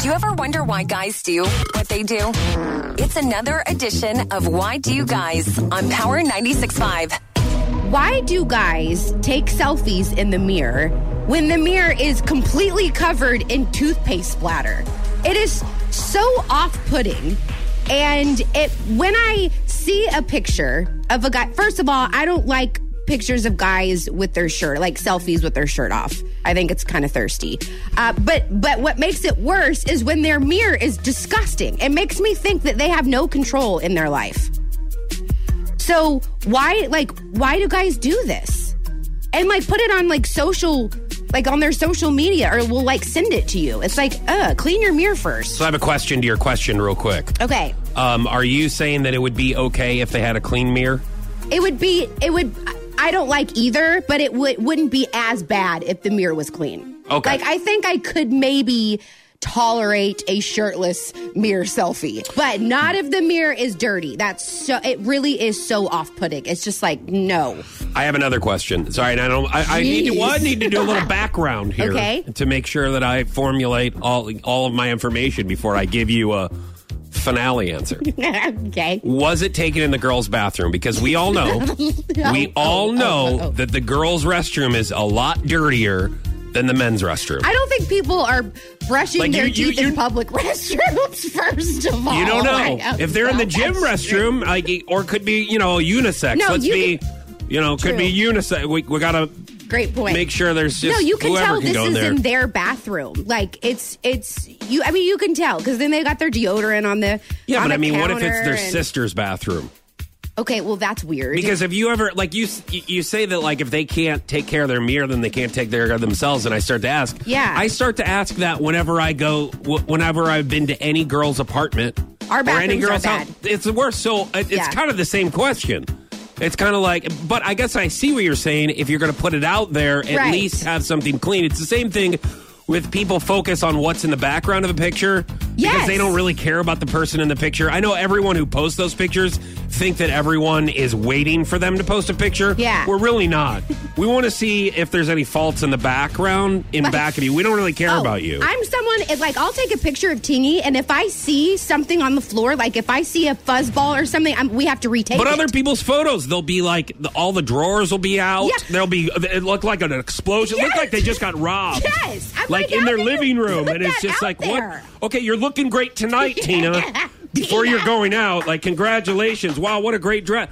Do you ever wonder why guys do what they do? It's another edition of Why Do You Guys on Power 96.5. Why do guys take selfies in the mirror when the mirror is completely covered in toothpaste splatter? It is so off putting. And it when I see a picture of a guy, first of all, I don't like pictures of guys with their shirt, like selfies with their shirt off. I think it's kind of thirsty. Uh, but but what makes it worse is when their mirror is disgusting. It makes me think that they have no control in their life. So why like why do guys do this? And like put it on like social like on their social media or we'll like send it to you. It's like, uh, clean your mirror first. So I have a question to your question, real quick. Okay. Um, are you saying that it would be okay if they had a clean mirror? It would be it would I don't like either, but it would wouldn't be as bad if the mirror was clean. Okay. Like I think I could maybe tolerate a shirtless mirror selfie, but not if the mirror is dirty. That's so it really is so off-putting. It's just like no. I have another question. Sorry, and I don't. I, I need to. Jeez. Well, I need to do a little background here Okay. to make sure that I formulate all all of my information before I give you a finale answer. okay. Was it taken in the girls' bathroom? Because we all know, we Oh, all know that the girls' restroom is a lot dirtier than the men's restroom. I don't think people are brushing Like, their you- you- teeth in you- public restrooms first of all. you don't Oh, I uh, know if they're in the gym That's true. restroom, like, or it could be you know unisex. No, Let's you be, you know, could be unisex. We, we gotta Great point. make sure there's just no, you can whoever tell can this go in is there. in their bathroom. Like it's it's you. I mean, you can tell because then they got their deodorant on the yeah, on but the I mean, what if it's counter their and- sister's bathroom? Okay, well that's weird. Because if you ever like you you say that like if they can't take care of their mirror, then they can't take care of themselves. And I start to ask, Yeah. I start to ask that whenever I go, wh- whenever I've been to any girl's apartment Our or bathrooms any are girl's bad. house, it's worse. So it- it's Yeah. kind of the same question. It's kind of like, but I guess I see what you're saying. If you're going to put it out there, at Right. least have something clean. It's the same thing with people focus on what's in the background of a picture because Yes. they don't really care about the person in the picture. I know everyone who posts those pictures think that everyone is waiting for them to post a picture. Yeah. We're really not. we want to see if there's any faults in the background in Like- back of you. We don't really care Oh, about you. I'm someone if, like I'll take a picture of Tingy, and if I see something on the floor, like if I see a fuzz ball or something, I'm, we have to retake. but it. other people's photos, they'll be like the, all the drawers will be out. Yeah. They'll be it looked like an explosion. It looked Yes. like they just got robbed. Yes. I'm like, like, in how their can you living room, put and it's that out just like there? what? Okay, you're looking great tonight, Tina. Before Tina. you're going out, like congratulations! Wow, what a great dress.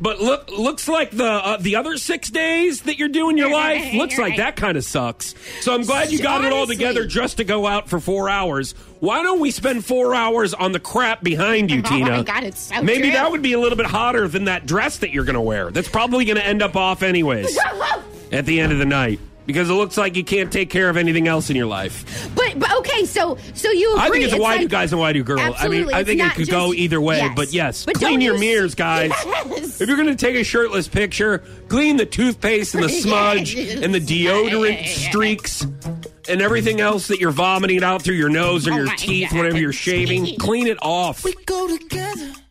But look, looks like the uh, the other six days that you're doing your You're life right, looks you're like right. that kind of sucks. So I'm glad you got it all Honestly. together just to go out for four hours. Why don't we spend four hours on the crap behind you, Oh Tina? my God, it's so Maybe true. that would be a little bit hotter than that dress that you're going to wear. That's probably going to end up off anyways at the end of the night because it looks like you can't take care of anything else in your life. But, but okay, so so you agree? I think it's, a why do like- guys and why do girls. I mean, Absolutely, I it's think it not could go just- either way, yes. but yes, But clean don't your you s- mirrors, guys. Yes. If you're going to take a shirtless picture, clean the toothpaste and the smudge and the deodorant streaks and everything else that you're vomiting out through your nose or Oh your my teeth, God. whatever you're shaving. Clean it off. go together.